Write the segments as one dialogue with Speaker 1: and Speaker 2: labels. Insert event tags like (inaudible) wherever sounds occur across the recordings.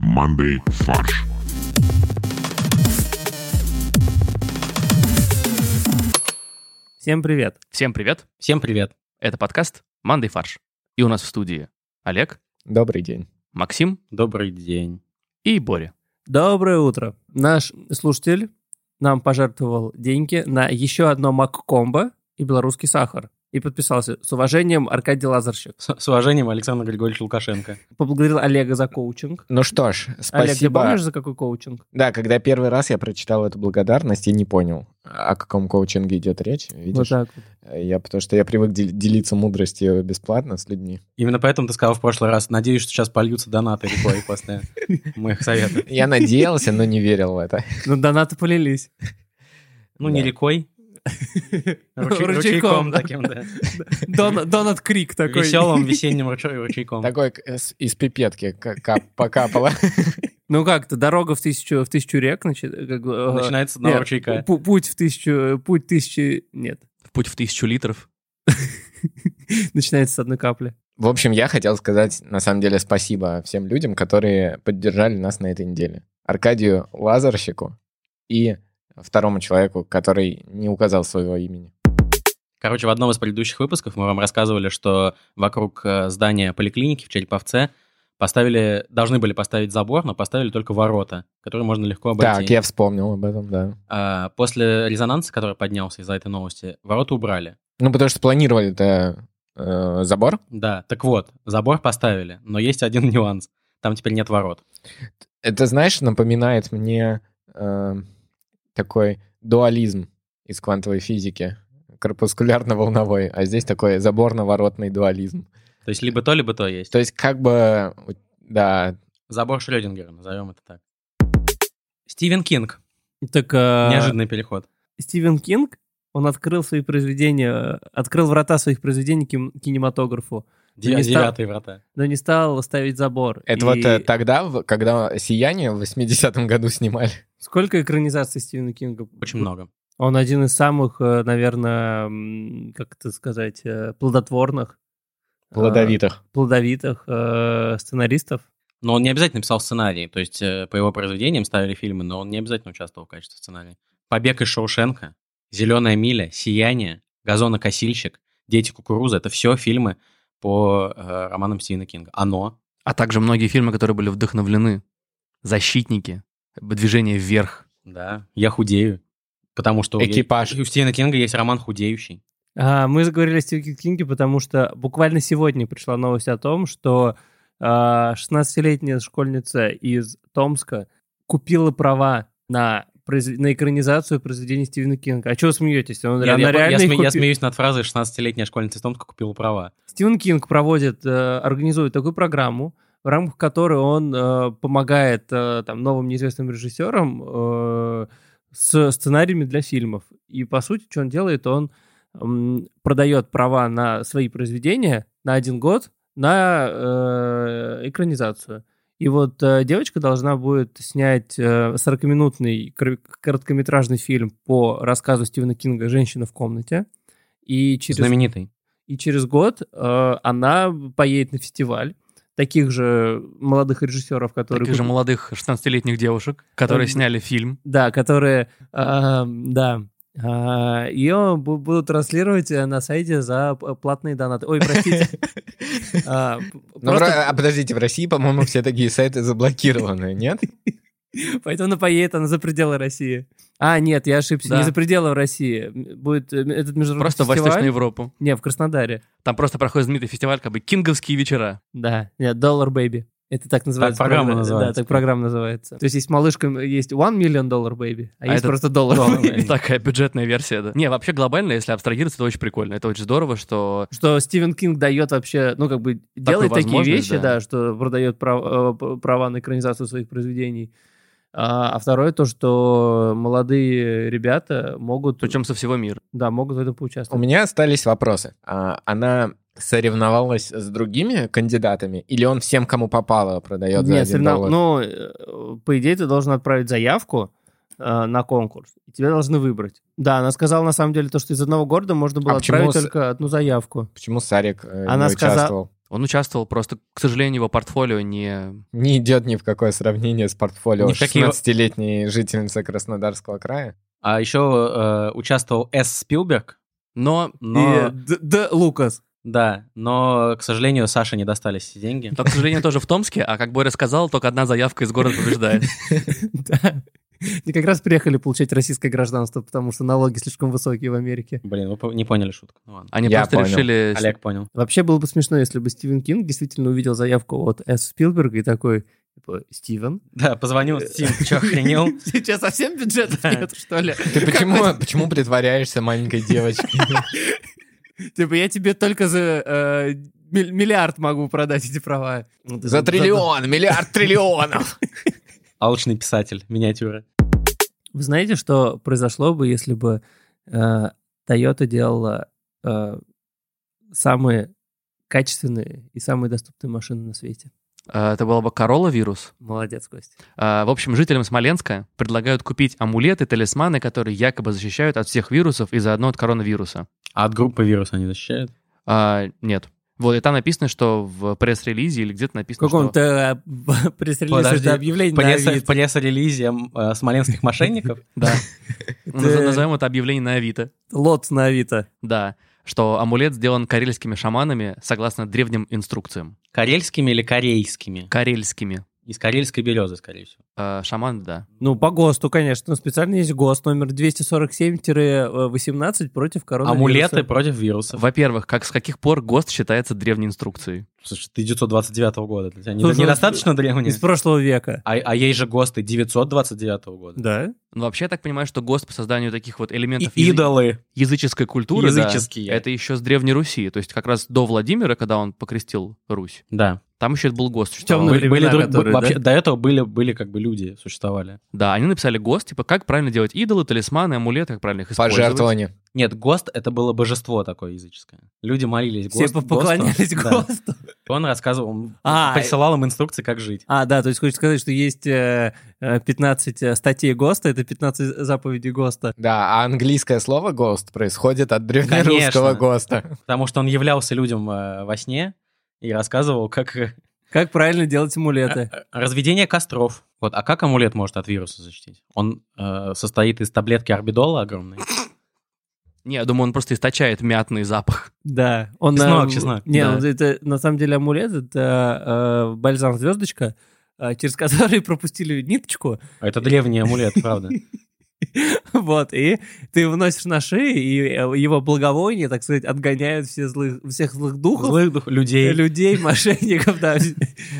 Speaker 1: Monday фарш.
Speaker 2: Всем привет.
Speaker 3: Всем привет,
Speaker 4: Всем привет.
Speaker 3: это подкаст «Мандай фарш». И у нас в студии Олег,
Speaker 5: Добрый день.
Speaker 3: Максим
Speaker 4: Добрый день.
Speaker 3: и Боря.
Speaker 2: Доброе утро. Наш слушатель нам пожертвовал деньги на еще одно маккомбо и белорусский сахар. И подписался с уважением Аркадий Лазарщик.
Speaker 4: С, с уважением, Александр Григорьевич Лукашенко.
Speaker 2: Поблагодарил Олега за коучинг.
Speaker 5: Ну что ж,
Speaker 2: Олег, ты
Speaker 5: спасибо.
Speaker 2: помнишь, за какой коучинг?
Speaker 5: да, когда первый раз я прочитал эту благодарность, я не понял, о каком коучинге идет речь. Видишь?
Speaker 2: Вот так вот.
Speaker 5: Я потому что я привык дел- делиться мудростью бесплатно с людьми.
Speaker 4: Именно поэтому ты сказал в прошлый раз, надеюсь, что сейчас польются донаты рекой после моих советов.
Speaker 5: Я надеялся, но не верил в это.
Speaker 2: Ну, донаты полились.
Speaker 4: Ну, не
Speaker 5: Да.
Speaker 4: рекой. (laughs) Ручей-
Speaker 2: Ручейком,
Speaker 4: Ручейком
Speaker 2: да.
Speaker 4: таким, да.
Speaker 2: Дон- Донат Крик такой. (laughs)
Speaker 4: Веселым весенним ручей- ручейком.
Speaker 5: Такой к- с- из пипетки к- кап- покапало.
Speaker 2: Ну как, то дорога в тысячу, в тысячу рек, значит, как бы, э,
Speaker 4: Начинается с одного
Speaker 2: нет,
Speaker 4: ручейка.
Speaker 2: пу- Путь в тысячу, э, путь тысячи, нет,
Speaker 3: Путь в тысячу литров.
Speaker 2: (laughs) начинается с одной капли.
Speaker 5: В общем, я хотел сказать, на самом деле, спасибо всем людям, которые поддержали нас на этой неделе. Аркадию Лазарщику и второму человеку, который не указал своего имени.
Speaker 4: Короче, в одном из предыдущих выпусков мы вам рассказывали, что вокруг э, здания поликлиники в Череповце поставили, должны были поставить забор, но поставили только ворота, которые можно легко обойти.
Speaker 5: Так, я вспомнил об этом, да.
Speaker 4: А, После резонанса, который поднялся из-за этой новости, ворота убрали.
Speaker 5: Ну, потому что планировали-то э, забор.
Speaker 4: Да, так вот, забор поставили, но есть один (laughs) нюанс. Там теперь нет ворот.
Speaker 5: Это, знаешь, напоминает мне э, такой дуализм из квантовой физики, корпускулярно-волновой, а здесь такой заборно-воротный дуализм.
Speaker 4: То есть либо то, либо то есть.
Speaker 5: То есть как бы, у- да,
Speaker 4: Забор Шрёдингера, назовем это так. Стивен Кинг.
Speaker 2: Так, э,
Speaker 4: Неожиданный переход.
Speaker 2: Стивен Кинг, он открыл свои произведения, э, открыл врата своих произведений ким- кинематографу,
Speaker 4: Де-
Speaker 2: не стал-
Speaker 4: Девятые врата.
Speaker 2: но не стал ставить забор.
Speaker 5: это
Speaker 2: И
Speaker 5: вот э, тогда, в- когда «Сияние» в 80-м году снимали.
Speaker 2: Сколько экранизаций Стивена Кинга?
Speaker 4: Очень много.
Speaker 2: Он один из самых, э, наверное, м, как это сказать, э, плодотворных, э, плодовитых э, сценаристов.
Speaker 4: Но он не обязательно писал сценарий. То есть э, по его произведениям ставили фильмы, но он не обязательно участвовал в качестве сценария. «Побег из Шоушенка», «Зеленая миля», «Сияние», «Газонокосильщик», «Дети кукурузы» — это все фильмы по э, романам Стивена Кинга. «Оно»,
Speaker 3: А также многие фильмы, которые были вдохновлены. «Защитники», «Движение вверх».
Speaker 4: да, «Я худею», потому что у-
Speaker 5: Экипаж.
Speaker 4: у Стивена Кинга есть роман «Худеющий».
Speaker 2: А, мы заговорили о Стивене Кинге, потому что буквально сегодня пришла новость о том, что а, 16-летняя школьница из Томска купила права на, произ- на экранизацию произведений Стивена Кинга. А чего вы смеетесь? Он-
Speaker 4: Я,
Speaker 2: она
Speaker 4: я- я
Speaker 2: реально их
Speaker 4: сме- я
Speaker 2: купи-
Speaker 4: смеюсь над фразой «16-летняя школьница из Томска купила права».
Speaker 2: Стивен Кинг проводит, э, организует такую программу, в рамках которой он э, помогает э, там, новым неизвестным режиссерам э, с сценариями для фильмов. И по сути, что он делает, он м, продает права на свои произведения на один год на э, экранизацию. И вот э, девочка должна будет снять э, 40-минутный кор- короткометражный фильм по рассказу Стивена Кинга «Женщина в комнате». И через
Speaker 4: Знаменитый.
Speaker 2: и через год э, она поедет на фестиваль таких же молодых режиссеров, которые...
Speaker 3: Таких же
Speaker 2: куп-
Speaker 3: молодых 16-летних девушек, которые
Speaker 2: Эм,
Speaker 3: сняли фильм.
Speaker 2: Да, которые... э, да. А, ее бу- будут транслировать э, на сайте за п- платные донаты. Ой,
Speaker 3: (laughs)
Speaker 2: простите. А, п-
Speaker 5: Ну, в Ро-
Speaker 2: просто
Speaker 5: а подождите, в России, по-моему, все такие сайты заблокированы, нет?
Speaker 2: Поэтому она поедет, она за пределы России. А, нет, я ошибся,
Speaker 3: Да.
Speaker 2: не за пределы России. М, Будет э, этот международный
Speaker 3: Просто в Восточную
Speaker 2: фестиваль...
Speaker 3: Европу.
Speaker 2: Не, в Краснодаре.
Speaker 3: Там просто проходит знаменитый фестиваль, как бы «Кинговские вечера».
Speaker 2: Да, нет, Dollar Baby. Это так называется.
Speaker 4: программа
Speaker 2: Да,
Speaker 4: называется.
Speaker 2: так программа называется. То есть есть малышка, есть One Million Dollar Baby, а,
Speaker 3: А
Speaker 2: есть
Speaker 3: этот
Speaker 2: просто Dollar
Speaker 4: Dollar
Speaker 2: Baby.
Speaker 4: Baby.
Speaker 3: (laughs)
Speaker 4: Блин.
Speaker 3: Такая бюджетная версия, да. Не, вообще глобально, если абстрагироваться, это очень прикольно. Это очень здорово, что
Speaker 2: Что Стивен Кинг дает вообще, ну, как бы, делает такие
Speaker 3: возможность,
Speaker 2: вещи, да,
Speaker 3: да.
Speaker 2: что продает прав- э, п- права на экранизацию своих произведений. А, а второе то, что молодые ребята могут,
Speaker 3: причем со всего мира.
Speaker 2: да, могут в этом
Speaker 5: У
Speaker 2: поучаствовать.
Speaker 5: меня остались вопросы. А, Она соревновалась с другими кандидатами, или он всем, кому попало, продает за
Speaker 2: Нет,
Speaker 5: один
Speaker 2: соревнов-
Speaker 5: доллар?
Speaker 2: ну, э, по идее, ты должен отправить заявку э, на конкурс, и тебя должны выбрать. Да, она сказала, на самом деле, то, что из одного города можно было
Speaker 5: А почему
Speaker 2: отправить
Speaker 5: с-
Speaker 2: только одну заявку.
Speaker 5: Почему Сарик э,
Speaker 2: Она
Speaker 5: не
Speaker 2: сказа-
Speaker 5: участвовал?
Speaker 3: Он участвовал, просто, к сожалению, его портфолио не...
Speaker 5: Не идет ни в какое сравнение с портфолио
Speaker 4: Никакие-
Speaker 5: 16-летней жительницы Краснодарского края.
Speaker 4: А еще э, участвовал С. Спилберг,
Speaker 3: Но
Speaker 4: но...
Speaker 2: И Д. Д. Лукас.
Speaker 4: Да, но, к сожалению, Саше не достались эти деньги.
Speaker 3: Но, к сожалению, тоже в Томске, а как Боря сказал, только одна заявка из города
Speaker 5: (laughs)
Speaker 3: побеждает.
Speaker 2: (laughs) Да. Они как раз приехали получать российское гражданство, потому что налоги слишком высокие в Америке.
Speaker 4: Блин, вы по- не поняли шутку. Ну ладно.
Speaker 3: Они
Speaker 5: Я
Speaker 3: просто
Speaker 5: понял.
Speaker 2: А,
Speaker 3: решили...
Speaker 4: Олег понял.
Speaker 2: Вообще было бы смешно, если бы Стивен Кинг действительно увидел заявку от С. Спилберга и такой, типа, Стивен?
Speaker 4: Да, позвонил
Speaker 2: Э.
Speaker 4: Стим,
Speaker 2: (laughs)
Speaker 4: что охренел?
Speaker 2: Сейчас совсем бюджетов
Speaker 4: Да.
Speaker 2: нет, что ли?
Speaker 5: Ты почему, (laughs) почему притворяешься маленькой девочкой?
Speaker 2: Типа, я тебе только за э, миль- миллиард могу продать эти права. Ну, ты
Speaker 5: За
Speaker 2: там-
Speaker 5: триллион, миллиард триллионов.
Speaker 4: Алчный писатель, миниатюра.
Speaker 2: Вы знаете, что произошло бы, если бы э, Toyota делала э, самые качественные и самые доступные машины на свете?
Speaker 3: Э, Это было бы королла-вирус.
Speaker 2: Молодец, Костя.
Speaker 3: А, В общем, жителям Смоленска предлагают купить амулеты, талисманы, которые якобы защищают от всех вирусов и заодно от коронавируса.
Speaker 4: А от группы вируса не защищает?
Speaker 3: А, Нет. Вот, и там написано, что в пресс-релизе или где-то
Speaker 2: В
Speaker 3: написано, что...
Speaker 2: каком-то э, пресс-релизе
Speaker 4: Подожди,
Speaker 2: это объявление
Speaker 4: В
Speaker 2: на
Speaker 4: пресс- в
Speaker 2: Авито.
Speaker 4: пресс-релизе э, смоленских
Speaker 2: (laughs)
Speaker 4: мошенников?
Speaker 3: Да.
Speaker 2: Это
Speaker 3: Наз- Назовем это объявление на Авито.
Speaker 2: Лот на Авито.
Speaker 3: Да. Что амулет сделан карельскими шаманами согласно древним инструкциям.
Speaker 4: Карельскими или корейскими?
Speaker 3: Карельскими.
Speaker 4: Из карельской березы, скорее всего.
Speaker 3: А, Шаман, да.
Speaker 2: Ну, по ГОСТу, конечно. Ну, Специально есть ГОСТ номер 247-18 против коронавируса.
Speaker 4: Амулеты против вирусов.
Speaker 3: Во-первых, как с каких пор ГОСТ считается древней инструкцией?
Speaker 4: Слушай, 1929 года. Для тебя не-
Speaker 2: Слушай, ну,
Speaker 4: недостаточно древний?
Speaker 2: Из прошлого века.
Speaker 4: А, а ей же ГОСТы 929 года.
Speaker 2: Да?
Speaker 3: Ну, вообще, я так понимаю, что ГОСТ по созданию таких вот
Speaker 4: И-
Speaker 3: элементов язы-
Speaker 4: идолы.
Speaker 3: языческой культуры, да,
Speaker 4: Языческие.
Speaker 3: это еще с Древней Руси, то есть как раз до Владимира, когда он покрестил Русь,
Speaker 4: Да.
Speaker 3: там еще это был ГОСТ.
Speaker 2: Темные
Speaker 3: существовал.
Speaker 4: Были- были
Speaker 2: времена,
Speaker 4: друг-
Speaker 2: которые,
Speaker 4: вообще,
Speaker 2: да?
Speaker 4: До этого были, были как бы люди существовали.
Speaker 3: Да, они написали ГОСТ, типа как правильно делать идолы, талисманы, амулеты, как правильно их использовать.
Speaker 5: Пожертвование.
Speaker 4: Нет, ГОСТ — это было божество такое языческое. Люди молились
Speaker 2: Все
Speaker 4: ГОСТу.
Speaker 2: поклонялись
Speaker 4: Да.
Speaker 2: ГОСТу.
Speaker 4: Он рассказывал, он
Speaker 2: А,
Speaker 4: присылал им инструкции, как жить.
Speaker 2: А, да, то есть хочешь сказать, что есть э, э, 15 э, статей ГОСТа, это 15 заповедей ГОСТа.
Speaker 5: Да, а английское слово «гост» происходит от древнерусского
Speaker 4: Конечно.
Speaker 5: ГОСТа.
Speaker 4: Потому что он являлся людям э, во сне и рассказывал, как э,
Speaker 2: Как правильно делать амулеты?
Speaker 4: э, разведение костров. Вот, а как амулет может от вируса защитить? Он э, состоит из таблетки орбидола огромной.
Speaker 3: Не, я думаю, он просто источает мятный запах. (laughs)
Speaker 2: Да. Он,
Speaker 4: Чеснок,
Speaker 2: э,
Speaker 4: чеснок,
Speaker 2: Не,
Speaker 4: да.
Speaker 2: он- это на самом деле амулет, это э, бальзам-звездочка, э, через который (laughs) пропустили ниточку, (laughs)
Speaker 4: А Это древний амулет, правда.
Speaker 2: вот, и ты вносишь на шею, и э, его благовоние, так сказать, отгоняют все злых, всех злых духов,
Speaker 4: Злых дух- людей.
Speaker 2: людей, мошенников, да.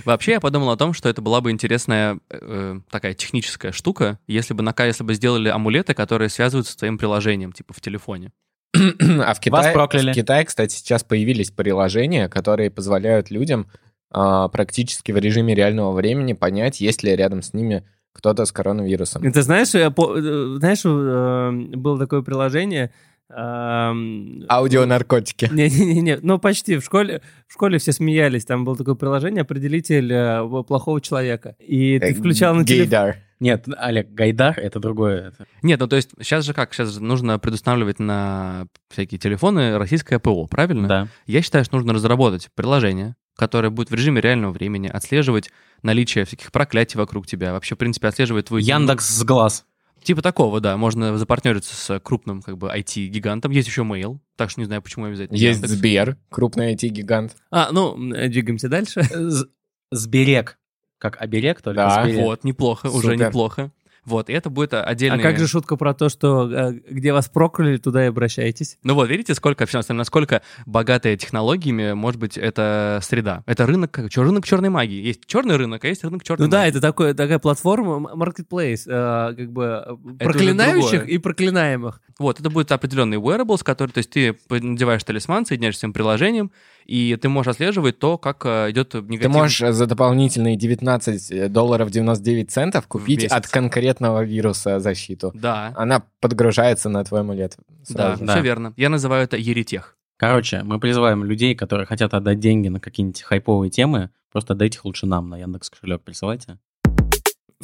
Speaker 3: Вообще, я подумал о том, что это была бы интересная э, э, такая техническая штука, если бы на Ка- если бы сделали амулеты, которые связываются с твоим приложением, типа в телефоне.
Speaker 5: А в Китае,
Speaker 4: прокляли.
Speaker 5: в Китае, кстати, сейчас появились приложения, которые позволяют людям а, практически в режиме реального времени понять, есть ли рядом с ними кто-то с коронавирусом.
Speaker 2: Ты знаешь, я по- э, знаешь, э, было такое приложение... эм,
Speaker 4: А
Speaker 5: Аудионаркотики.
Speaker 2: Не-не-не, ну почти. В школе, в школе все смеялись. Там было такое приложение «Определитель э, плохого человека».
Speaker 4: Э,
Speaker 2: И ты включал на телефон...
Speaker 5: Гейдар.
Speaker 4: Нет, Олег, Гайдар — это другое. это-
Speaker 3: Нет, ну то есть сейчас же как? Сейчас же нужно предустанавливать на всякие телефоны российское ПО, правильно?
Speaker 4: Да.
Speaker 3: Я считаю, что нужно разработать приложение, которое будет в режиме реального времени отслеживать наличие всяких проклятий вокруг тебя, вообще, в принципе, отслеживать твой...
Speaker 4: Яндекс с глаз.
Speaker 3: Типа такого, да. Можно запартнериться с крупным как бы IT-гигантом. Есть еще Mail, так что не знаю, почему обязательно
Speaker 5: Есть
Speaker 3: Яндекс.
Speaker 5: Сбер, крупный IT-гигант.
Speaker 2: А, ну, э, двигаемся дальше.
Speaker 4: З- Сберег. Как оберег, только
Speaker 5: Да.
Speaker 4: сберег.
Speaker 3: Вот, неплохо, уже
Speaker 5: Супер.
Speaker 3: неплохо. Вот, и это будет отдельный...
Speaker 2: А как же шутка про то, что э, где вас прокляли, туда и обращайтесь?
Speaker 3: Ну вот, видите, сколько, всё, насколько богатая технологиями может быть эта среда. Это рынок, как- чё, рынок черной магии. Есть черный рынок, а есть рынок черной
Speaker 2: Ну да,
Speaker 3: магии.
Speaker 2: это такое, такая платформа, м- marketplace, э, как бы э,
Speaker 3: Это уже
Speaker 2: проклинающих
Speaker 3: другое.
Speaker 2: и проклинаемых.
Speaker 3: Вот, это будет определенный wearables, который, то есть ты надеваешь талисман, соединяешься с этим приложением, и ты можешь отслеживать то, как э, идет негативный...
Speaker 5: Ты можешь за дополнительные 19 долларов 99 центов
Speaker 3: В
Speaker 5: купить
Speaker 3: месяц.
Speaker 5: от конкретного вируса защиту.
Speaker 3: Да,
Speaker 5: Она подгружается на твой амулет.
Speaker 3: да,
Speaker 5: сразу.
Speaker 4: же.
Speaker 3: все
Speaker 4: Да.
Speaker 3: верно. Я называю это еретех.
Speaker 4: Короче, мы призываем людей, которые хотят отдать деньги на какие-нибудь хайповые темы, просто отдайте их лучше нам на Яндекс кошелек присылайте.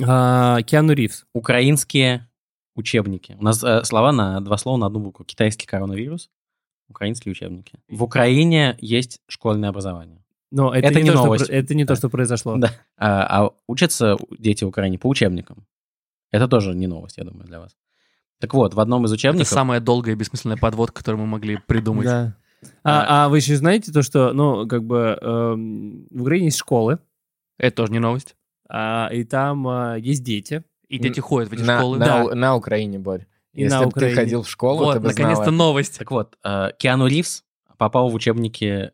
Speaker 2: А, Киану Ривз.
Speaker 4: Украинские учебники. У нас э, слова на два слова на одну букву. Китайский коронавирус, украинские учебники. В Украине есть школьное образование.
Speaker 2: Но это,
Speaker 4: Это
Speaker 2: не,
Speaker 4: не
Speaker 2: то, что
Speaker 4: новость.
Speaker 2: про- это не то,
Speaker 4: Да.
Speaker 2: что произошло.
Speaker 4: Да. А, а учатся дети в Украине по учебникам. Это тоже не новость, я думаю, для вас. Так вот, в одном из
Speaker 3: Это
Speaker 5: Ну
Speaker 4: учебников...
Speaker 3: самая долгая и бессмысленная подводка, которую мы могли придумать.
Speaker 2: Да. А, а вы еще знаете то, что, ну, как бы эм, в Украине есть школы,
Speaker 3: Это тоже не новость.
Speaker 2: а, и там а, есть дети.
Speaker 3: И дети
Speaker 5: Н-
Speaker 3: ходят в эти
Speaker 5: На,
Speaker 3: школы.
Speaker 5: на
Speaker 3: Да.
Speaker 5: У- на Украине, Борь.
Speaker 2: И
Speaker 5: Если
Speaker 2: на
Speaker 5: бы ты
Speaker 2: Украине.
Speaker 5: ходил в школу, ты
Speaker 3: Вот,
Speaker 5: бы
Speaker 3: наконец-то
Speaker 5: знал.
Speaker 3: новость.
Speaker 4: Так вот, э, Киану Ривз попал в учебники...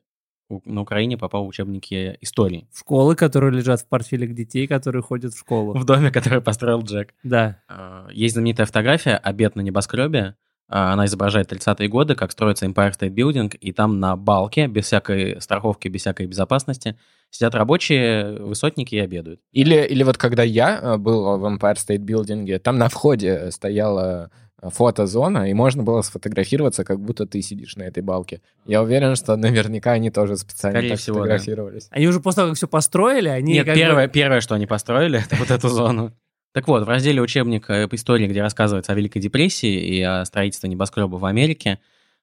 Speaker 4: у- На Украине попал в учебники истории.
Speaker 2: Школы, которые лежат в портфелях детей, которые ходят в школу.
Speaker 4: В доме, который построил Джек.
Speaker 2: Да.
Speaker 4: Э, Есть знаменитая фотография «Обед на небоскребе». Э, Она изображает 30-е годы, как строится Empire State Building, и там на балке, без всякой страховки, без всякой безопасности, сидят рабочие, высотники и обедают.
Speaker 5: Или, или вот когда я э, был в Empire State Building, там на входе стояла э, фотозона, и можно было сфотографироваться, как будто ты сидишь на этой балке. Я уверен, что наверняка они тоже специально
Speaker 4: Скорее
Speaker 5: так
Speaker 4: всего, да.
Speaker 5: сфотографировались.
Speaker 2: Они уже после того, как все построили, они
Speaker 4: Нет,
Speaker 2: как бы-
Speaker 4: первое, первое, что они построили, (laughs) это вот эту зону. Так вот, в разделе учебника по истории, где рассказывается о Великой депрессии и о строительстве небоскреба в Америке,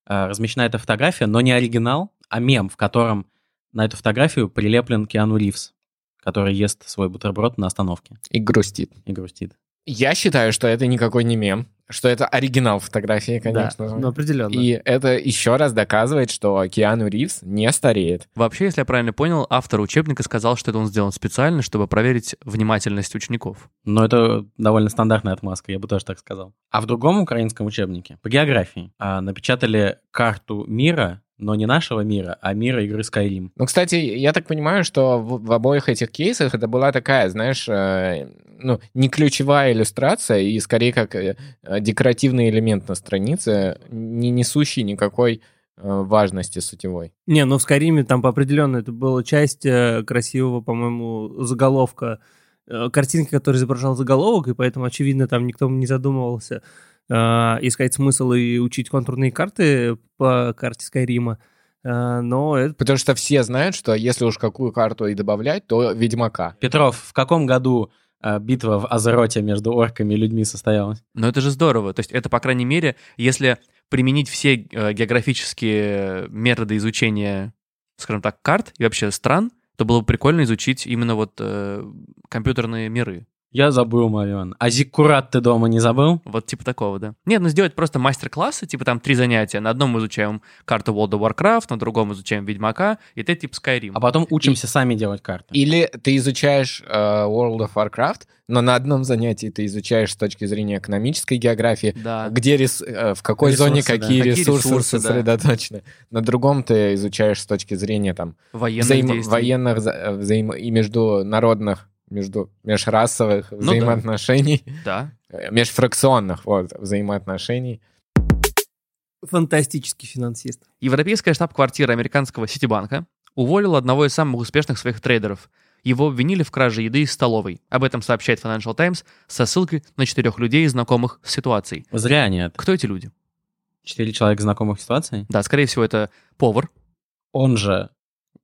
Speaker 4: э, размещена эта фотография, но не оригинал, а мем, в котором на эту фотографию прилеплен Киану Ривз, который ест свой бутерброд на остановке
Speaker 5: И грустит.
Speaker 4: и грустит.
Speaker 5: Я считаю, что это никакой не мем, что это оригинал фотографии,
Speaker 2: Да,
Speaker 5: конечно же.
Speaker 2: ну, определенно.
Speaker 5: И это еще раз доказывает, что Киану Ривз не стареет.
Speaker 3: Вообще, если я правильно понял, автор учебника сказал, что это он сделан специально, чтобы проверить внимательность учеников.
Speaker 4: Но это довольно стандартная отмазка, я бы тоже так сказал. А в другом украинском учебнике по географии а, напечатали карту мира, но не нашего мира, а мира игры Skyrim.
Speaker 5: Ну, кстати, я так понимаю, что в, в обоих этих кейсах это была такая, знаешь, э, ну, не ключевая иллюстрация и скорее как э, э, декоративный элемент на странице, не несущий никакой э, важности сутевой.
Speaker 2: Не, ну в Скайриме там по определенно это была часть э, красивого, по-моему, заголовка, э, картинки, которая изображал заголовок, и поэтому, очевидно, там никто не задумывался э, искать смысл и учить контурные карты по карте Скайрима. Э, но это...
Speaker 5: Потому что все знают, что если уж какую карту и добавлять, то Ведьмака.
Speaker 4: Петров, в каком году э, битва в Азероте между орками и людьми состоялась?
Speaker 3: Но это же здорово. То есть это, по крайней мере, если применить все э, географические методы изучения, скажем так, карт и вообще стран, то было бы прикольно изучить именно вот э, компьютерные миры.
Speaker 4: Я забыл, Марион. А зиккурат ты дома не забыл?
Speaker 3: Вот типа такого, да. Нет, ну сделать просто мастер-классы, типа там три занятия. На одном мы изучаем карту World of Warcraft, на другом изучаем Ведьмака, и ты типа Skyrim.
Speaker 4: А потом учимся сами делать карты.
Speaker 5: Или ты изучаешь э, World of Warcraft, но на одном занятии ты изучаешь с точки зрения экономической географии,
Speaker 3: Да.
Speaker 5: где рес- э, в какой
Speaker 4: Ресурсы,
Speaker 5: зоне
Speaker 4: да.
Speaker 5: какие,
Speaker 3: Какие
Speaker 5: ресурсы,
Speaker 3: ресурсы, да.
Speaker 5: сосредоточены. На другом ты изучаешь с точки зрения там
Speaker 3: Военные
Speaker 5: взаим-
Speaker 3: действия.
Speaker 5: военных за- э, взаим- и международных, между межрасовых
Speaker 3: Ну да.
Speaker 5: взаимоотношений,
Speaker 3: Да.
Speaker 5: э, межфракционных вот взаимоотношений.
Speaker 2: Фантастический финансист.
Speaker 3: Европейская штаб-квартира американского Ситибанка уволила одного из самых успешных своих трейдеров. Его обвинили в краже еды из столовой. Об этом сообщает Financial Times со ссылкой на четырех людей, знакомых с ситуацией.
Speaker 4: Зря они это.
Speaker 3: Кто эти люди?
Speaker 4: Четыре человека знакомых ситуаций.
Speaker 3: Да, скорее всего, это повар,
Speaker 4: Он же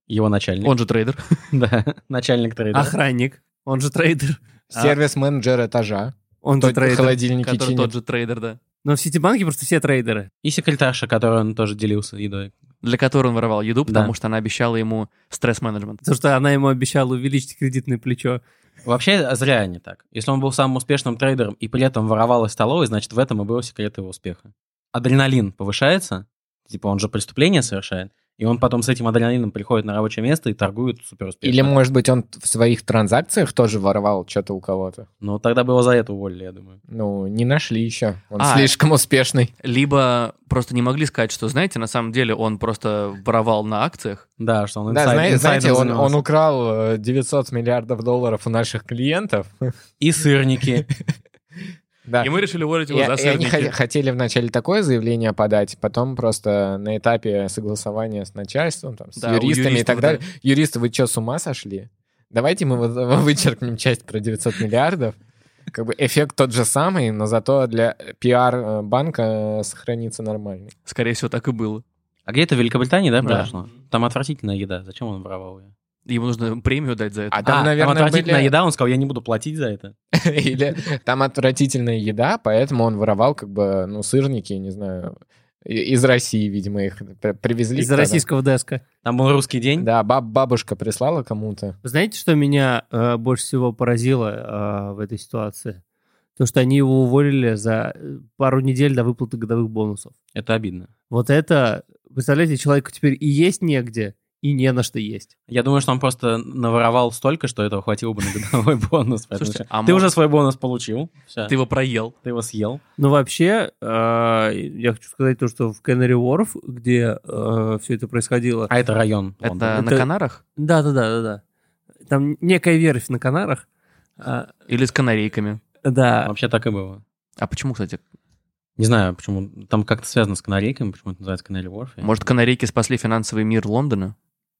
Speaker 4: его начальник.
Speaker 3: он же трейдер,
Speaker 4: (laughs) Да, начальник трейдера.
Speaker 2: Охранник, он же трейдер. А.
Speaker 5: Сервис-менеджер этажа,
Speaker 2: Он
Speaker 5: тот
Speaker 2: же трейдер.
Speaker 5: холодильники
Speaker 3: который
Speaker 5: чинит.
Speaker 3: тот же трейдер, да.
Speaker 2: Но в Ситибанке просто все трейдеры.
Speaker 4: И секретарша, которой он тоже делился едой.
Speaker 3: Для которого он воровал еду, потому
Speaker 4: Да.
Speaker 3: что она обещала ему стресс-менеджмент.
Speaker 2: Потому что она ему обещала увеличить кредитное плечо.
Speaker 4: Вообще, а, зря они так. Если он был самым успешным трейдером и при этом воровал из столовой, значит, в этом и был секрет его успеха. Адреналин повышается, типа он же преступление совершает, и он потом с этим адреналином приходит на рабочее место и торгует супер успешно.
Speaker 5: Или, может быть, он в своих транзакциях тоже воровал что-то у кого-то.
Speaker 4: Ну, тогда бы его за это уволили, я думаю.
Speaker 5: Ну, не нашли еще. Он
Speaker 3: А.
Speaker 5: слишком успешный.
Speaker 3: Либо просто не могли сказать, что, знаете, на самом деле он просто воровал на акциях.
Speaker 4: Да, что он
Speaker 5: Да,
Speaker 4: инсайд-
Speaker 5: зна- знаете,
Speaker 4: инсайдом
Speaker 5: он, он
Speaker 4: занимался.
Speaker 5: украл э, 900 миллиардов долларов у наших клиентов.
Speaker 4: И сырники.
Speaker 5: Да.
Speaker 3: И мы решили уволить его
Speaker 5: Я-
Speaker 3: за
Speaker 5: и они
Speaker 3: сырники.
Speaker 5: хо- хотели вначале такое заявление подать, потом просто на этапе согласования с начальством, там, с
Speaker 3: Да, у
Speaker 5: юристами и
Speaker 3: юристов,
Speaker 5: так
Speaker 3: да.
Speaker 5: далее. Юристы, вы что, с ума сошли? Давайте мы вот (laughs) вычеркнем часть про 900 миллиардов. Как бы эффект тот же самый, но зато для пиар э, банка сохранится нормальный.
Speaker 3: Скорее всего, так и было.
Speaker 4: А где это в Великобритании, да,
Speaker 3: Да.
Speaker 4: произошло? Там отвратительная еда. Зачем он воровал ее?
Speaker 3: Ему нужно премию дать за это.
Speaker 5: А там,
Speaker 4: там
Speaker 5: наверное,
Speaker 4: отвратительная
Speaker 5: (laughs) были-
Speaker 4: еда, он сказал, я не буду платить за это.
Speaker 5: Или там отвратительная еда, поэтому он воровал как бы, ну, сырники, не знаю, И- Из России, видимо, их при- привезли.
Speaker 2: Из
Speaker 5: когда.
Speaker 2: российского деска.
Speaker 4: Там был русский день.
Speaker 5: Да, баб- бабушка прислала кому-то.
Speaker 2: Вы Знаете, что меня э, больше всего поразило э, в этой ситуации? То, что они его уволили за э, пару недель до выплаты годовых бонусов.
Speaker 4: Это обидно.
Speaker 2: Вот это, представляете, человеку теперь и есть негде, и не на что есть.
Speaker 4: Я думаю, что он просто наворовал столько, что этого хватило бы на годовой (laughs) бонус. поэтому
Speaker 3: Слушайте,
Speaker 4: всё.
Speaker 3: а
Speaker 4: ты
Speaker 3: мож-
Speaker 4: уже свой бонус получил.
Speaker 5: А,
Speaker 4: Всё.
Speaker 3: Ты его проел.
Speaker 4: Ты его съел.
Speaker 2: Но вообще, э, я хочу сказать то, что в Canary Wharf, где все это происходило...
Speaker 4: А это район.
Speaker 3: Это,
Speaker 4: Лондона.
Speaker 3: на
Speaker 2: Это-
Speaker 3: Канарах?
Speaker 2: Да-да-да-да-да. Там некая верфь на Канарах. а,
Speaker 3: Или с канарейками?
Speaker 2: да.
Speaker 4: Вообще так и было.
Speaker 3: А почему, кстати?
Speaker 4: Не знаю, почему. Там как-то связано с канарейками, почему это называется Канари Wharf. Я-
Speaker 3: Может, канарейки спасли финансовый мир Лондона?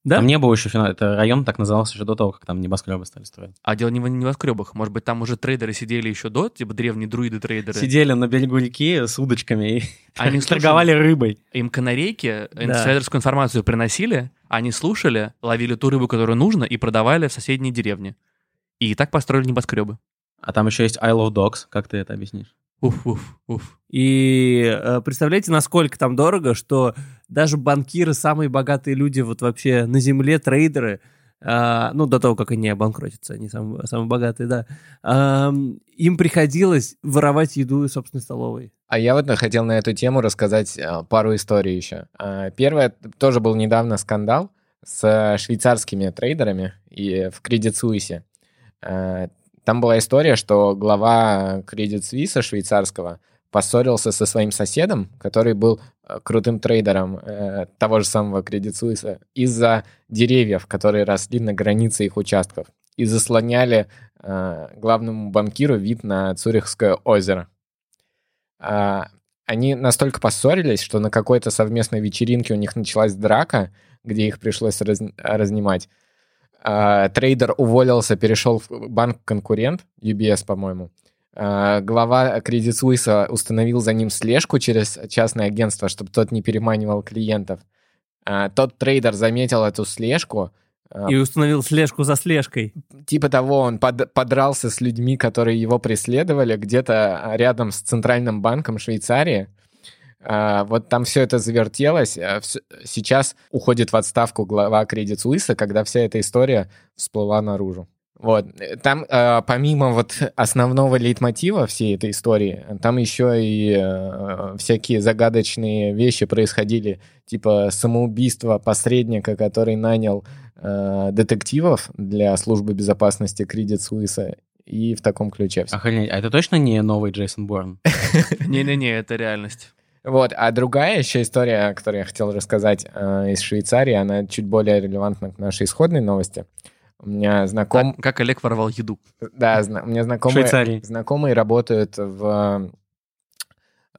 Speaker 2: Да?
Speaker 4: Там не было еще финала. Это район так назывался еще до того, как там небоскребы стали строить.
Speaker 3: А дело не в небоскребах. Может быть, там уже трейдеры сидели еще до, типа древние друиды-трейдеры.
Speaker 4: Сидели на берегу реки с удочками и (laughs)
Speaker 3: Они слушали-
Speaker 4: торговали рыбой.
Speaker 3: Им канарейки инсайдерскую информацию приносили, они слушали, ловили ту рыбу, которую нужно, и продавали в соседней деревне. И так построили небоскребы.
Speaker 4: А там еще есть Isle of Dogs. Как ты это объяснишь?
Speaker 3: Уф, уф, уф.
Speaker 2: И э, представляете, насколько там дорого, что даже банкиры, самые богатые люди вот вообще на земле, трейдеры, а, ну, до того, как они обанкротятся, они самые, самые богатые, да, ам, им приходилось воровать еду из собственной столовой.
Speaker 5: А я вот хотел на эту тему рассказать а, пару историй еще. А, Первое, тоже был недавно скандал с а, швейцарскими трейдерами и э, в Credit Suisse. А, Там была история, что глава Credit Suisse швейцарского поссорился со своим соседом, который был а, крутым трейдером э, того же самого Credit Suisse, из-за деревьев, которые росли на границе их участков и заслоняли а, главному банкиру вид на Цюрихское озеро. А, они настолько поссорились, что на какой-то совместной вечеринке у них началась драка, где их пришлось раз- разнимать. А, трейдер уволился, перешел в банк-конкурент, UBS, по-моему. А, глава Credit Suisse установил за ним слежку через частное агентство, чтобы тот не переманивал клиентов. А, тот трейдер заметил эту слежку. а,
Speaker 2: И установил слежку за слежкой.
Speaker 5: типа того, он под- подрался с людьми, которые его преследовали где-то а, рядом с Центральным банком Швейцарии. А, Вот там все это завертелось. А вс- Сейчас уходит в отставку глава Credit Suisse, когда вся эта история всплыла наружу. Вот. Там, э, помимо вот основного лейтмотива всей этой истории, там еще и э, всякие загадочные вещи происходили, типа самоубийство посредника, который нанял э, детективов для службы безопасности Credit Suisse, и в таком ключе все.
Speaker 4: Охренеть. А это точно не новый Джейсон Борн?
Speaker 3: Не-не-не, это реальность.
Speaker 5: Вот, а другая еще история, о которой я хотел рассказать э, из Швейцарии, она чуть более релевантна к нашей исходной новости. У меня знаком,
Speaker 3: Как, как Олег ворвал еду.
Speaker 5: да, зна- у меня
Speaker 4: В
Speaker 5: знакомые,
Speaker 4: Швейцарии.
Speaker 5: знакомые работают в,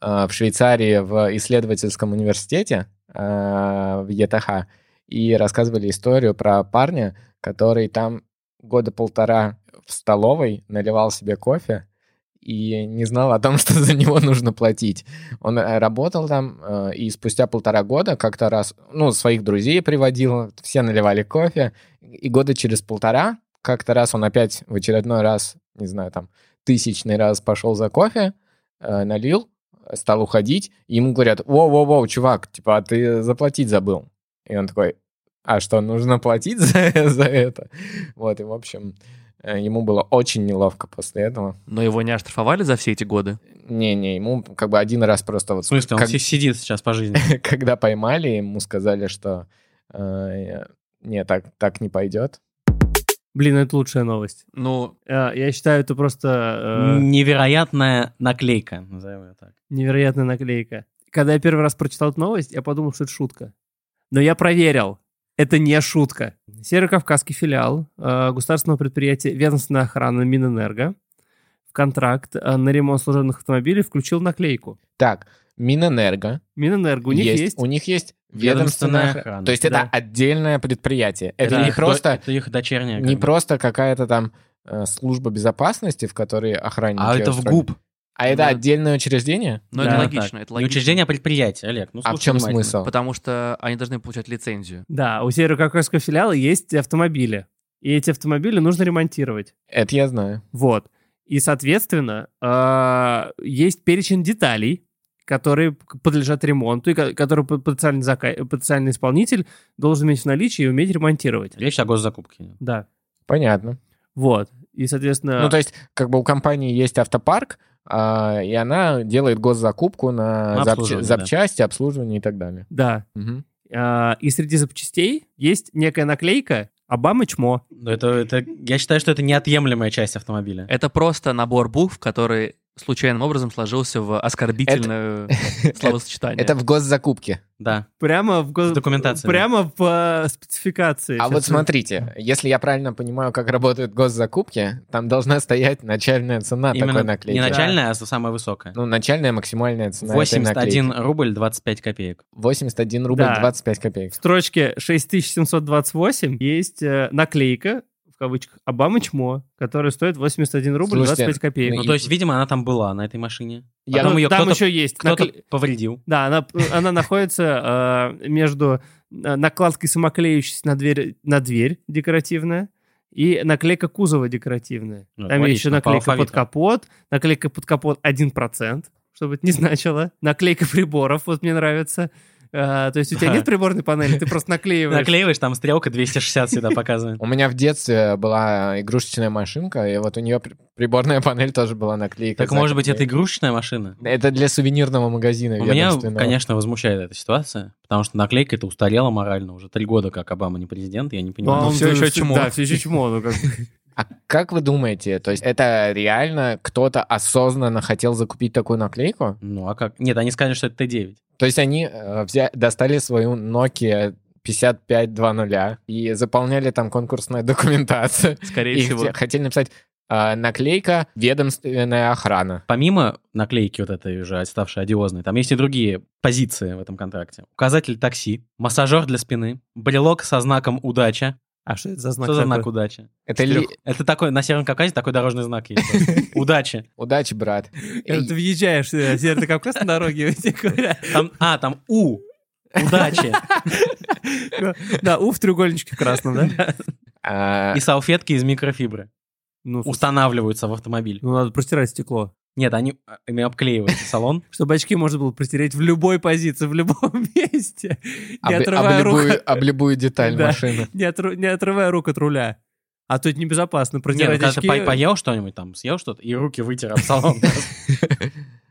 Speaker 5: э, в Швейцарии в исследовательском университете э, в ЕТХ и рассказывали историю про парня, который там года полтора в столовой наливал себе кофе и не знал о том, (laughs) что за него нужно платить. Он э, работал там, э, и спустя полтора года как-то раз, ну, своих друзей приводил, все наливали кофе, и года через полтора как-то раз он опять в очередной раз, не знаю, там, тысячный раз пошел за кофе, э, налил, стал уходить, и ему говорят, воу-воу-воу, чувак, типа, а ты заплатить забыл. И он такой, а что, нужно платить за, (laughs) за это? Вот, и, в общем, э, ему было очень неловко после этого.
Speaker 3: Но его не оштрафовали за все эти годы?
Speaker 5: Не-не, ему как бы один раз просто вот...
Speaker 4: В смысле, он
Speaker 5: как-
Speaker 4: си- сидит сейчас по жизни.
Speaker 5: (laughs) когда поймали, ему сказали, что э, не, так, так не пойдет.
Speaker 2: Блин, это лучшая новость.
Speaker 3: Ну,
Speaker 2: Э, я считаю, это просто э,
Speaker 4: Невероятная наклейка, назовем ее так.
Speaker 2: невероятная наклейка. Когда я первый раз прочитал эту новость, я подумал, что это шутка. Но я проверил. Это не шутка. Северокавказский филиал э, государственного предприятия ведомственная охрана Минэнерго в контракт э, на ремонт служебных автомобилей включил наклейку.
Speaker 5: Так, Минэнерго
Speaker 2: Минэнерго, у них есть.
Speaker 5: У них есть
Speaker 4: Ведомственная
Speaker 5: ведомственная
Speaker 4: охрана.
Speaker 5: охрана. То есть
Speaker 2: Да.
Speaker 5: это отдельное предприятие. Это
Speaker 4: их
Speaker 5: не
Speaker 4: до-
Speaker 5: просто
Speaker 4: Это их дочерняя.
Speaker 5: не
Speaker 4: как бы.
Speaker 5: просто какая-то там э, служба безопасности, в которой охранники.
Speaker 4: А это в
Speaker 5: устроены.
Speaker 4: ГУП.
Speaker 5: А это
Speaker 3: Да.
Speaker 5: отдельное учреждение?
Speaker 3: ну
Speaker 4: Да,
Speaker 3: это логично,
Speaker 4: так.
Speaker 3: это
Speaker 4: Не
Speaker 3: логично.
Speaker 4: учреждение, а предприятие, Олег. Ну,
Speaker 5: А в
Speaker 4: слушай
Speaker 5: чем
Speaker 4: внимательно.
Speaker 5: смысл?
Speaker 3: Потому что они должны получать лицензию.
Speaker 2: Да, у Северокавказского филиала есть автомобили. И эти автомобили нужно ремонтировать.
Speaker 5: Это я знаю.
Speaker 2: Вот. И, соответственно, э, есть перечень а, деталей, которые подлежат ремонту, и ко- которые по- потенциальный, зака- потенциальный исполнитель должен иметь в наличии и уметь ремонтировать.
Speaker 4: Речь о госзакупке.
Speaker 2: Да.
Speaker 5: Понятно.
Speaker 2: Вот. И, соответственно...
Speaker 5: Ну, то есть, как бы у компании есть автопарк, а, и она делает госзакупку на
Speaker 4: На
Speaker 5: запча-
Speaker 4: обслуживание, да.
Speaker 5: запчасти, обслуживание и так далее.
Speaker 2: Да.
Speaker 5: Мгм.
Speaker 2: А, И среди запчастей есть некая наклейка «Обама чмо».
Speaker 4: Но это, это, я считаю, что это неотъемлемая часть автомобиля.
Speaker 5: Э,
Speaker 3: Это просто набор букв, который случайным образом сложился в оскорбительное словосочетание.
Speaker 5: Это в госзакупке.
Speaker 4: Да.
Speaker 2: Прямо в... гос-
Speaker 4: В документации, да.
Speaker 2: Прямо по спецификации.
Speaker 5: А
Speaker 2: Сейчас
Speaker 5: вот
Speaker 2: я-
Speaker 5: смотрите, если я правильно понимаю, как работают госзакупки, там должна стоять начальная цена такой
Speaker 4: Именно
Speaker 5: наклейки.
Speaker 4: не начальная, а самая высокая.
Speaker 5: Ну, начальная максимальная цена этой наклейки.
Speaker 4: 81 рубль 25 копеек.
Speaker 5: 81 рубль
Speaker 2: Да.
Speaker 5: 25
Speaker 2: В
Speaker 5: копеек.
Speaker 2: строчке 6728 есть э, наклейка, в кавычках, «Обама чмо», которая стоит 81 рубль
Speaker 5: Слушайте,
Speaker 2: 25 копеек.
Speaker 4: Ну, то есть, видимо, она там была, на этой машине.
Speaker 5: Я
Speaker 4: Потом
Speaker 2: Ну,
Speaker 4: ее
Speaker 2: там
Speaker 4: кто-то,
Speaker 2: еще есть.
Speaker 4: кто-то
Speaker 2: накле-
Speaker 4: повредил.
Speaker 2: Да, она, она находится э, между э, накладкой самоклеющейся на дверь, на дверь декоративная и наклейка кузова декоративная.
Speaker 4: Ну,
Speaker 2: Там есть еще
Speaker 4: логично, по
Speaker 2: наклейка под
Speaker 4: алфавиту.
Speaker 2: капот, наклейка под капот 1%, чтобы это не значило. Наклейка приборов, вот мне нравится. Э, то есть у тебя
Speaker 4: (laughs) Да.
Speaker 2: нет приборной панели, ты просто наклеиваешь.
Speaker 4: Наклеиваешь, там стрелка 260 всегда
Speaker 5: (laughs)
Speaker 4: показывает.
Speaker 5: У меня в детстве была игрушечная машинка, и вот у нее при- приборная (laughs) панель тоже была наклейка.
Speaker 4: Так может быть, это
Speaker 5: это...
Speaker 4: игрушечная машина?
Speaker 5: Это для сувенирного магазина
Speaker 4: У меня,
Speaker 5: ведомственного.
Speaker 4: конечно, возмущает эта ситуация, потому что наклейка это устарела морально уже три года, как Обама не президент, я не
Speaker 2: Ну, а
Speaker 4: понимаю.
Speaker 2: он-
Speaker 3: всё ещё чмо.
Speaker 2: Да, все еще чмо. ну, как бы.
Speaker 5: А как вы думаете, то есть это реально кто-то осознанно хотел закупить такую наклейку?
Speaker 4: Ну а как? Нет, они сказали, что это Т9.
Speaker 5: То есть они э, взя- достали свою Nokia 5520 и заполняли там (laughs) конкурсную документацию.
Speaker 3: скорее
Speaker 5: И
Speaker 3: всего.
Speaker 5: хте- хотели написать э, наклейка «Ведомственная охрана».
Speaker 4: Помимо наклейки вот этой уже отставшей одиозной, там есть и другие позиции в этом контракте. Указатель такси, массажер для спины, брелок со знаком удача.
Speaker 2: А что это за знак?
Speaker 4: Что за
Speaker 2: такой?
Speaker 4: знак удачи?
Speaker 5: Это ли...
Speaker 4: Трех- Это такой, на Северном Кавказе такой дорожный знак
Speaker 2: (laughs)
Speaker 4: есть. просто. Удача.
Speaker 5: Удачи, брат.
Speaker 4: (laughs)
Speaker 2: Когда Ты въезжаешь э, в Северный Кавказ на дороге, (laughs) тебе говорят,
Speaker 4: Там, а, там У. Удачи.
Speaker 2: Да, у в треугольничке красном, да?
Speaker 5: А,
Speaker 4: И салфетки из микрофибры
Speaker 2: Ну, слушай,
Speaker 4: устанавливаются в автомобиль.
Speaker 2: ну, надо простирать стекло.
Speaker 4: Нет, они а, ими обклеиваются салон.
Speaker 2: Чтобы очки можно было протереть в любой позиции, в любом (laughs) месте. Не
Speaker 5: об-
Speaker 2: отрывая
Speaker 5: об
Speaker 2: руку.
Speaker 5: любую- (laughs) об любую деталь
Speaker 2: Да.
Speaker 4: (laughs)
Speaker 5: машины.
Speaker 2: Не, отру- не отрывая рук от руля. А то это небезопасно.
Speaker 4: Нет, ну,
Speaker 2: Протирать
Speaker 4: когда ты
Speaker 2: очки...
Speaker 4: по- поел что-нибудь там, съел что-то, и руки вытер об салон.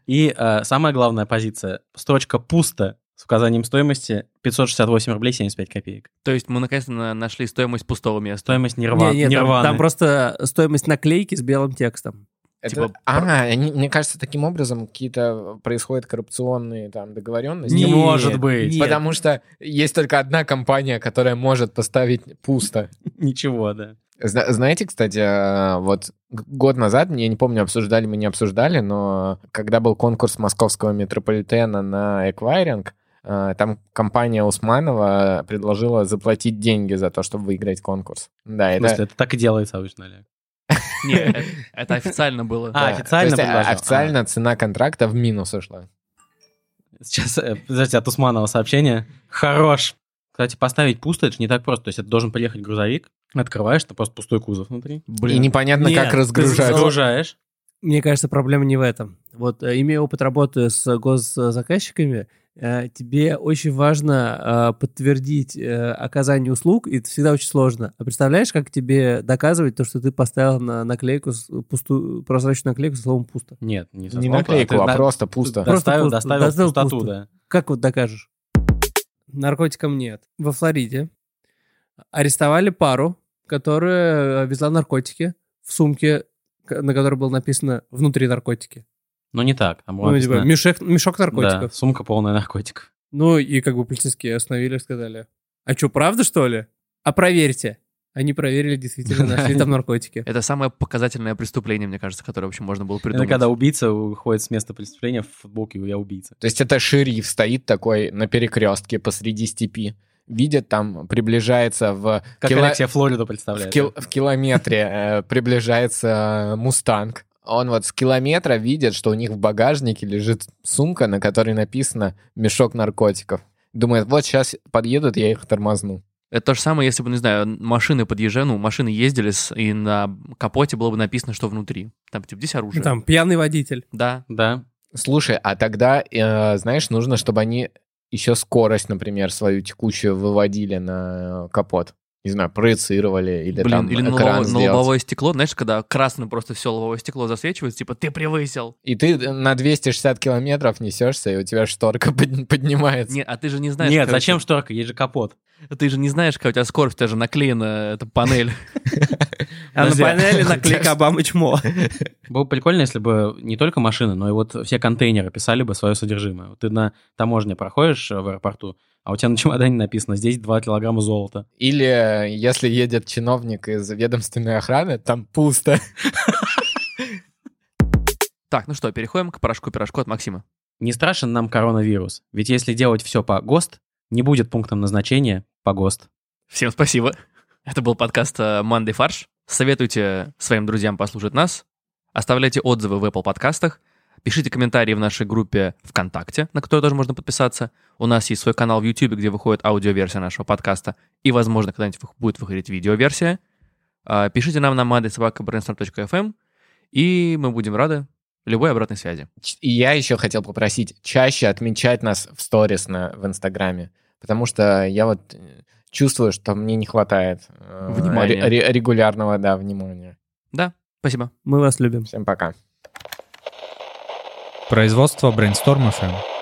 Speaker 4: И э, самая главная позиция. Строчка пусто с указанием стоимости 568 рублей 75 копеек.
Speaker 3: То есть мы наконец-то на- нашли стоимость пустого места.
Speaker 4: Стоимость нирва-
Speaker 2: Не, не, там-
Speaker 4: нирваны.
Speaker 2: там просто стоимость наклейки с белым текстом.
Speaker 5: Это-
Speaker 3: Типа-
Speaker 5: А, они- мне кажется, таким образом какие-то э, происходят коррупционные там договоренности.
Speaker 4: Не
Speaker 2: Нет,
Speaker 4: может быть.
Speaker 2: нет.
Speaker 5: Потому что есть только одна компания, которая может поставить пусто.
Speaker 4: (laughs) Ничего, да.
Speaker 5: Зна- Знаете, кстати, э, вот г- год назад, я не помню, обсуждали мы, не обсуждали, но когда был конкурс московского метрополитена на эквайринг, э, там компания Усманова предложила заплатить деньги за то, чтобы выиграть конкурс. Да,
Speaker 4: В
Speaker 5: это...
Speaker 4: смысле, это так и делается обычно, Олег.
Speaker 3: Нет, э- это официально было.
Speaker 4: А,
Speaker 5: да.
Speaker 4: официально
Speaker 5: То есть, э,
Speaker 4: предложил.
Speaker 5: официально цена контракта в минус ушла.
Speaker 4: Сейчас, э, подождите, от Усманова сообщение. Хорош. Кстати, поставить пусто, это же не так просто. То есть это должен приехать грузовик, открываешь, это просто пустой кузов внутри.
Speaker 5: И непонятно,
Speaker 2: Нет,
Speaker 5: как
Speaker 2: ты
Speaker 5: разгружать.
Speaker 2: сказал-
Speaker 4: Загружаешь.
Speaker 2: Мне кажется, проблема не в этом. Вот, э, имея опыт работы с госзаказчиками, э, тебе очень важно э, подтвердить э, оказание услуг, и это всегда очень сложно. А представляешь, как тебе доказывать то, что ты поставил на наклейку, с- пустую, прозрачную наклейку со словом «пусто»?
Speaker 4: Нет, не, со
Speaker 5: Не
Speaker 4: сломпа,
Speaker 5: наклейку,
Speaker 4: ты
Speaker 5: а
Speaker 4: на-
Speaker 5: просто пусто.
Speaker 2: Просто
Speaker 4: Доставил,
Speaker 2: пусто.
Speaker 4: доставил
Speaker 2: Доставил
Speaker 4: пустоту,
Speaker 2: пусто.
Speaker 4: да.
Speaker 2: Как вот докажешь? Наркотикам нет. Во Флориде арестовали пару, которая везла наркотики в сумке, к- на которой было написано «внутри наркотики».
Speaker 4: Но не так. Там было
Speaker 2: Ну, типа,
Speaker 4: написано-
Speaker 2: мешек, мешок наркотиков.
Speaker 4: Да, сумка полная наркотиков.
Speaker 2: Ну, и как бы полицейские остановили, сказали, а что, правда, что ли? А проверьте. Они проверили, действительно, нашли там (laughs) наркотики.
Speaker 3: Это самое показательное преступление, мне кажется, которое вообще можно было
Speaker 4: Это когда
Speaker 3: придумать.
Speaker 4: убийца уходит с места преступления в футболке «Я убийца».
Speaker 5: То есть это шериф стоит такой на перекрестке посреди степи, видит там, приближается в,
Speaker 4: Как
Speaker 5: кило-
Speaker 4: Олег себе Флориду
Speaker 5: в,
Speaker 4: представляет.
Speaker 5: кил- в километре, э, приближается мустанг. Он вот с километра видит, что у них в багажнике лежит сумка, на которой написано «мешок наркотиков». Думает, вот сейчас подъедут, я их тормозну.
Speaker 3: Это то же самое, если бы, не знаю, машины подъезжали, ну, машины ездили, с- и на капоте было бы написано, что внутри. Там, типа, здесь оружие.
Speaker 2: Там пьяный водитель.
Speaker 3: Да.
Speaker 4: Да.
Speaker 5: Слушай, а тогда, э, знаешь, нужно, чтобы они еще скорость, например, свою текущую выводили на капот. Не знаю, проецировали или
Speaker 3: Блин,
Speaker 5: там
Speaker 3: или на,
Speaker 5: экран
Speaker 3: лобо- на
Speaker 5: сделать.
Speaker 3: лобовое стекло, знаешь, когда красным просто все лобовое стекло засвечивается, типа ты превысил.
Speaker 5: И ты на 260 километров несешься, и у тебя шторка (laughs) под- поднимается.
Speaker 3: Не, а ты же не знаешь.
Speaker 4: Нет,
Speaker 3: короче,
Speaker 4: зачем шторка? Есть же капот.
Speaker 3: Ты же не знаешь, какая у тебя скорость, у тебя же наклеена эта
Speaker 4: (laughs)
Speaker 3: панель.
Speaker 2: А на
Speaker 4: Подожди, а-
Speaker 2: панели наклейка Обама чмо.
Speaker 4: (laughs) Было бы прикольно, если бы не только машины, но и вот все контейнеры писали бы свое содержимое. Вот ты на таможне проходишь э, в аэропорту, а у тебя на чемодане написано «здесь 2 килограмма золота».
Speaker 5: Или э, если едет чиновник из ведомственной охраны, там пусто.
Speaker 3: Так, ну что, переходим к порошку-пирожку от Максима.
Speaker 4: Не страшен нам коронавирус, ведь если делать все по ГОСТ, не будет пунктом назначения по ГОСТ.
Speaker 3: Всем спасибо. Это был подкаст э, «Мандай фарш». Советуйте своим друзьям послушать нас. Оставляйте отзывы в Apple подкастах. Пишите комментарии в нашей группе ВКонтакте, на которую тоже можно подписаться. У нас есть свой канал в YouTube, где выходит аудиоверсия нашего подкаста. И, возможно, когда-нибудь вых- будет выходить видеоверсия. А, Пишите нам на maddesobakabrainstorm.fm, эм, и мы будем рады любой обратной связи.
Speaker 5: Ч- И я еще хотел попросить чаще отмечать нас в сторис на, в Инстаграме, потому что я вот э, чувствую, что мне не хватает э,
Speaker 3: Внимания.
Speaker 5: ре- ре- регулярного, да, внимания.
Speaker 3: Спасибо.
Speaker 2: Мы вас любим.
Speaker 5: Всем пока.
Speaker 1: Производство Brainstorm FM.